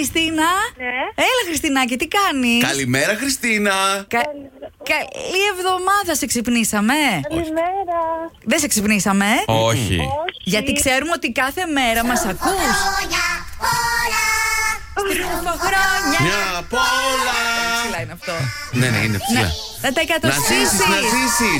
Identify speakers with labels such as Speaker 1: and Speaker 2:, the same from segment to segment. Speaker 1: Χριστίνα.
Speaker 2: Ναι.
Speaker 1: Έλα, Χριστίνακι, τι κάνεις.
Speaker 3: Καλημέρα, Χριστίνα.
Speaker 1: Καλή εβδομάδα σε ξυπνήσαμε.
Speaker 2: Καλημέρα.
Speaker 1: Δεν σε ξυπνήσαμε. ε.
Speaker 4: Όχι.
Speaker 2: Όχι.
Speaker 1: Γιατί ξέρουμε ότι κάθε μέρα μας ακούς Χρόνια.
Speaker 3: Μια απ' όλα.
Speaker 1: Ψηλά είναι αυτό.
Speaker 3: Ναι, ναι, είναι ψηλά.
Speaker 1: Να τα
Speaker 3: Να ζήσεις, να
Speaker 1: εκατοστήσεις.
Speaker 3: ζήσεις.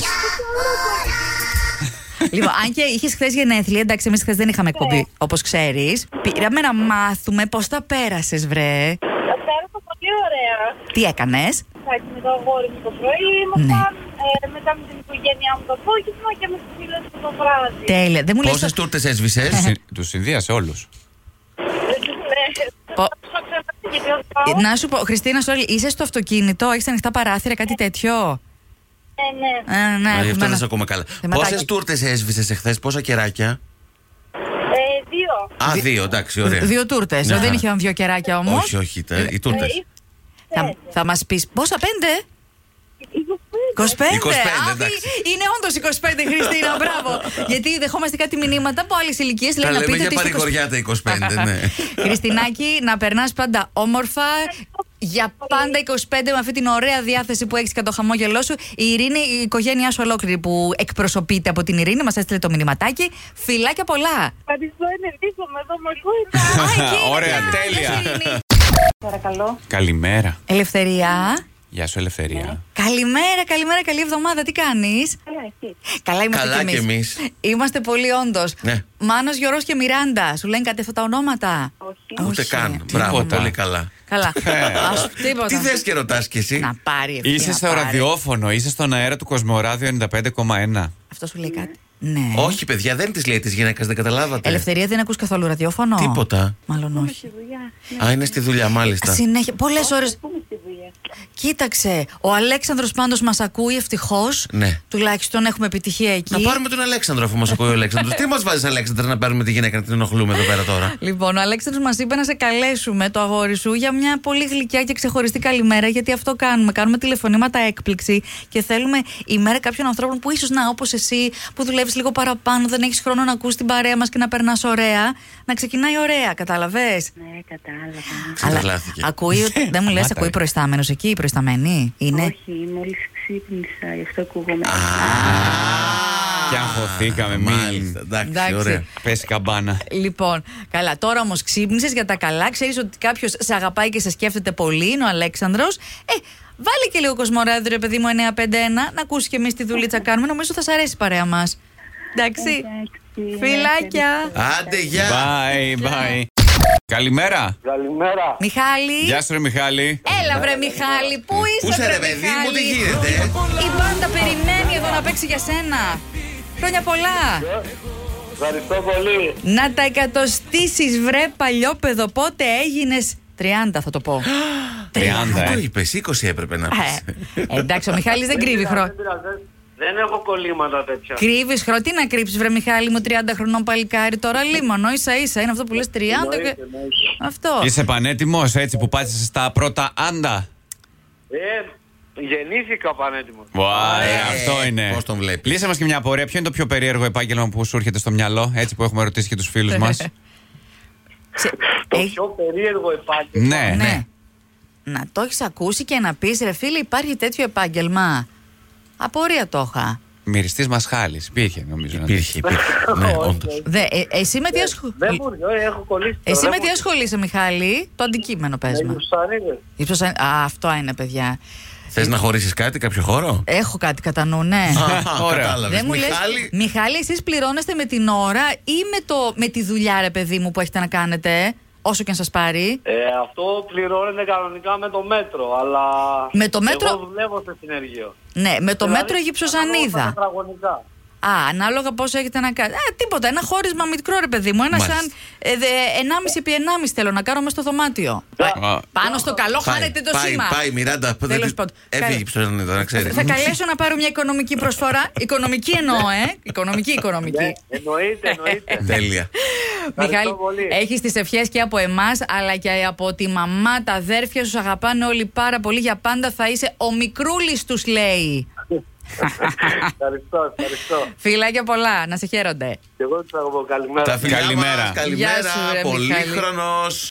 Speaker 1: Λοιπόν, αν και είχες χθες γενέθλια, εντάξει, εμείς χθες δεν είχαμε
Speaker 2: Ναι.
Speaker 1: εκπομπή, όπως ξέρεις. Πήραμε να μάθουμε πώς τα πέρασες, βρε.
Speaker 2: Τα πέρασα πολύ ωραία.
Speaker 1: Τι έκανες.
Speaker 2: Εντάξει, με το αγόρι μου το πρωί
Speaker 1: Ναι.
Speaker 2: ήμασταν, ε, μετά με την οικογένειά μου το απόγευμα και με τις φίλες μου το βράδυ.
Speaker 1: Τέλεια. Δεν μου Ναι. λες.
Speaker 3: Πόσες τούρτες έσβησες.
Speaker 4: Του συνδύασε όλου.
Speaker 2: Ναι.
Speaker 1: Πο- Ε,
Speaker 2: Θα το ξαναπεί γιατί δεν πάω.
Speaker 1: Να σου πω, Χριστίνα, sorry, είσαι στο αυτοκίνητο, έχεις ανοιχτά παράθυρα, κάτι τέτοιο.
Speaker 2: Ναι, ναι.
Speaker 1: Ε, ναι,
Speaker 3: Γι'
Speaker 1: έχουμε
Speaker 3: Δηλαδή,
Speaker 1: ένα-
Speaker 3: αυτό
Speaker 1: Ε,
Speaker 3: δεν σε ακούμε καλά.
Speaker 1: Θεματάκι.
Speaker 3: Πόσες τούρτες έσβησες εχθές, πόσα κεράκια.
Speaker 2: Ε, Δύο.
Speaker 3: Α, δύο, εντάξει, ωραία.
Speaker 1: Δύο Ε, τούρτες.
Speaker 3: Ναι.
Speaker 1: Δεν είχε δύο κεράκια όμως.
Speaker 3: Όχι, όχι, τα- οι
Speaker 2: Ε,
Speaker 3: τούρτες.
Speaker 1: Θα, θα μας πεις πόσα, πέντε. 25.
Speaker 2: 25.
Speaker 3: 25,
Speaker 1: Άβη,
Speaker 3: εντάξει.
Speaker 1: είναι όντως 25, Χριστίνα, μπράβο. Γιατί δεχόμαστε κάτι μηνύματα από άλλες ηλικίες.
Speaker 3: Τα
Speaker 1: Λέει να
Speaker 3: λέμε
Speaker 1: πείτε
Speaker 3: για
Speaker 1: τις είστε 25.
Speaker 3: παρηγοριά τα 25, ναι.
Speaker 1: Χριστινάκη, να περνάς πάντα όμορφα. Για πάντα 25 με αυτή την ωραία διάθεση που έχεις και το χαμόγελό σου. Η Ειρήνη, η οικογένειά σου ολόκληρη που εκπροσωπείται από την Ειρήνη, μας έστειλε το μηνυματάκι. Φιλάκια πολλά.
Speaker 2: Ευχαριστώ, είναι λίγο με ναι, εδώ ναι».
Speaker 1: Α,
Speaker 2: μολού.
Speaker 1: εκεί είναι,
Speaker 4: Ωραία,
Speaker 3: Ε,
Speaker 1: γεια,
Speaker 4: τέλεια.
Speaker 1: γεια σου, Ειρήνη.
Speaker 2: Παρακαλώ.
Speaker 4: Καλημέρα.
Speaker 1: Ελευθερία.
Speaker 4: Γεια σου, Ελευθερία.
Speaker 1: Καλημέρα, καλημέρα, καλή εβδομάδα. Τι κάνεις.
Speaker 2: Καλά, εσύ.
Speaker 1: Καλά είμαστε
Speaker 3: Καλά
Speaker 1: κι εμεί.
Speaker 3: κι εμείς.
Speaker 1: Είμαστε πολύ όντως.
Speaker 3: Ναι.
Speaker 1: Μάνος Γιώργος και Μιράντα. Σου λένε κάτι αυτά τα ονόματα.
Speaker 2: Όχι.
Speaker 3: Ούτε
Speaker 1: Όχι.
Speaker 3: καν. Μπράβο,
Speaker 4: Τίποτα.
Speaker 3: πολύ καλά.
Speaker 1: Καλά.
Speaker 4: Ε.
Speaker 1: Ας, τίποτα.
Speaker 3: Τι θες και ρωτάς κι εσύ.
Speaker 1: Να πάρει ευθεία,
Speaker 4: Είσαι
Speaker 1: να
Speaker 4: στο
Speaker 1: πάρει.
Speaker 4: ραδιόφωνο, είσαι στον αέρα του Κοσμοράδιο 95,1.
Speaker 1: Αυτό σου λέει κάτι. Ναι.
Speaker 3: Όχι, παιδιά, δεν της λέει της γυναίκας, δεν καταλάβατε.
Speaker 1: Ελευθερία δεν ακούς καθόλου ραδιόφωνο.
Speaker 3: Τίποτα.
Speaker 1: Μάλλον όχι.
Speaker 3: Α, είναι στη δουλειά, μάλιστα.
Speaker 1: Συνέχεια, πολλές ώρε. Κοίταξε, ο Αλέξανδρος πάντως μας ακούει ευτυχώς
Speaker 3: Ναι.
Speaker 1: Τουλάχιστον έχουμε επιτυχία εκεί.
Speaker 3: Να πάρουμε τον Αλέξανδρο αφού μας ακούει ο Αλέξανδρος. Τι μας βάζεις Αλέξανδρο να παίρνουμε τη γυναίκα να την ενοχλούμε εδώ πέρα τώρα.
Speaker 1: Λοιπόν, ο Αλέξανδρος μας είπε να σε καλέσουμε το αγόρι σου για μια πολύ γλυκιά και ξεχωριστή καλημέρα, γιατί αυτό κάνουμε. Κάνουμε τηλεφωνήματα έκπληξη και θέλουμε η μέρα κάποιων ανθρώπων που ίσως να, όπως εσύ, που δουλεύεις λίγο παραπάνω, δεν έχεις χρόνο να ακούς την παρέα μας και να περνάς ωραία, να ξεκινάει ωραία, κατάλαβες.
Speaker 5: Ναι, κατάλαβα.
Speaker 3: Ξετρελάθηκε.
Speaker 1: ακούει, ότι- δεν μου λες,
Speaker 4: Σταμάτα,
Speaker 1: ακούει
Speaker 4: ρε.
Speaker 1: προϊστάμενος εκεί, η προϊσταμένη είναι.
Speaker 5: Όχι, μόλις ξύπνησα, γι' αυτό ακούγομαι.
Speaker 4: Και αγχωθήκαμε,
Speaker 3: Ε, Μάλιστα,
Speaker 4: μην
Speaker 3: εντάξει,
Speaker 1: Εντάξει.
Speaker 3: ωραία.
Speaker 4: πέσει καμπάνα.
Speaker 1: Λοιπόν, καλά. Τώρα όμως ξύπνησες για τα καλά. Ξέρεις ότι κάποιος σε αγαπάει και σε σκέφτεται πολύ. Είναι ο Αλέξανδρος. Ε, βάλε και λίγο κοσμοράδιο, ρε παιδί μου, 951. Να ακούσεις και εμείς τι δουλίτσα κάνουμε. Νομίζω θα σ' αρέσει η παρέα μας. Εντάξει.
Speaker 5: Εντάξει,
Speaker 1: Φιλάκια.
Speaker 3: Άντε, γεια.
Speaker 4: Bye, bye. Καλημέρα.
Speaker 6: Καλημέρα.
Speaker 1: Μιχάλη.
Speaker 4: Γεια σου, ρε Μιχάλη.
Speaker 1: Έλα, βρε Μιχάλη. Πού
Speaker 3: Πού
Speaker 1: είσαι,
Speaker 3: είσαι, ρε παιδί μου, τι γίνεται. ε?
Speaker 1: Η μπάντα περιμένει εδώ να παίξει για σένα. Χρόνια πολλά.
Speaker 6: Ευχαριστώ πολύ.
Speaker 1: Να τα εκατοστήσεις βρε παλιόπαιδο πότε έγινες 30 θα το πω
Speaker 4: 30,
Speaker 3: Αυτό
Speaker 4: ε.
Speaker 3: είπε, 20 έπρεπε να πεις.
Speaker 1: Ε, εντάξει ο Μιχάλης δεν κρύβει χρόνο
Speaker 6: Δεν πειράζει, δεν- Δεν έχω κολλήματα τέτοια.
Speaker 1: Κρύβεις χρόνο, τι να κρύψεις, βρε Μιχάλη μου, 30 χρονών παλικάρι. Τώρα λίμωνο, ίσα ίσα είναι αυτό που λες 30. Και... Αυτό.
Speaker 4: Είσαι πανέτοιμος έτσι που πάτησες στα πρώτα άντα.
Speaker 6: Ε, γεννήθηκα πανέτοιμος.
Speaker 4: Βάε,
Speaker 3: Ε,
Speaker 4: αυτό είναι.
Speaker 3: πώς τον βλέπεις.
Speaker 4: Λύσε μας και μια απορία. Ποιο είναι το πιο περίεργο επάγγελμα που σου έρχεται στο μυαλό, έτσι που έχουμε ρωτήσει και τους φίλους μας.
Speaker 1: Σε-
Speaker 6: Το
Speaker 1: Έχ-
Speaker 6: πιο περίεργο επάγγελμα.
Speaker 4: Ναι, ναι.
Speaker 1: Ε. ναι. Να το έχεις ακούσει και να πεις, ρε φίλε, υπάρχει τέτοιο επάγγελμα. Απορία το είχα.
Speaker 4: Μυριστής μα χάλη. Υπήρχε, νομίζω. να το-
Speaker 3: Υπήρχε, υπήρχε. Ναι, όντως.
Speaker 1: Δε, ε, εσύ με τι, ασχολ...
Speaker 6: Ναι, Δεν μπορεί, ε, έχω κολλήσει.
Speaker 1: εσύ
Speaker 6: τώρα,
Speaker 1: με
Speaker 6: δεν Ναι, Ε,
Speaker 1: τι ασχολείσαι, Μιχάλη, το αντικείμενο πες
Speaker 6: μπορεί.
Speaker 1: μα.
Speaker 6: Με γουσανίδες.
Speaker 1: Ίσως αν- Α, αυτό είναι, παιδιά.
Speaker 3: Θες να χωρίσεις κάτι, κάποιο χώρο.
Speaker 1: Έχω κάτι κατά νου, ναι.
Speaker 3: Α,
Speaker 4: Ωραία.
Speaker 3: Κατάλαβες.
Speaker 1: Δεν μου λες,
Speaker 3: Μιχάλη,
Speaker 1: Μιχάλη, εσείς πληρώνεστε με την ώρα ή με, το, με τη δουλειά, ρε παιδί μου, που έχετε να κάνετε, όσο και αν σας πάρει.
Speaker 6: Ε, αυτό πληρώνεται κανονικά με το μέτρο, αλλά.
Speaker 1: Με το μέτρο-
Speaker 6: Εγώ δουλεύω σε συνεργείο.
Speaker 1: Ναι, με το
Speaker 6: Δηλαδή,
Speaker 1: μέτρο
Speaker 6: ανάλογα τα
Speaker 1: γυψοζανίδα.
Speaker 6: τετραγωνικά.
Speaker 1: Α, ανάλογα πόσο έχετε να κάνετε. Α, τίποτα. Ένα χώρισμα μικρό, ρε παιδί μου. Ένα
Speaker 3: Μάλιστα.
Speaker 1: σαν. Ε, δε, 1,5 επί 1,5 θέλω να κάνω μέσα στο δωμάτιο.
Speaker 4: Α,
Speaker 1: Πάνω στο καλό,
Speaker 3: πάει,
Speaker 1: χάνετε το
Speaker 3: πάει,
Speaker 1: σήμα.
Speaker 3: πάει, Μιράντα. που δεν
Speaker 1: Τέλος
Speaker 3: τη-
Speaker 1: πάντων.
Speaker 3: Έφυγε
Speaker 1: Καλά.
Speaker 3: η ψωλανίδα, να ξέρεις.
Speaker 1: Θα καλέσω να πάρω μια οικονομική προσφορά. οικονομική εννοώ, ε. Οικονομική,
Speaker 6: Ναι,
Speaker 1: οικονομική.
Speaker 6: εννοείται, εννοείται.
Speaker 3: Τέλεια.
Speaker 1: Μιχάλη,
Speaker 6: πολύ.
Speaker 1: έχεις τις ευχές και από εμάς, αλλά και από τη μαμά, τα αδέρφια σου. Σ' αγαπάνε όλοι πάρα πολύ. Για πάντα θα είσαι ο μικρούλης τους, λέει.
Speaker 6: ευχαριστώ, ευχαριστώ.
Speaker 1: Φιλάκια πολλά, να σε χαίρονται.
Speaker 6: Και εγώ τους θα πω καλημέρα.
Speaker 3: Τα φιλιά μας,
Speaker 4: Καλημέρα.
Speaker 3: Καλημέρα.
Speaker 1: Γεια σου, ρε, Μιχάλη.
Speaker 3: Πολύχρονος.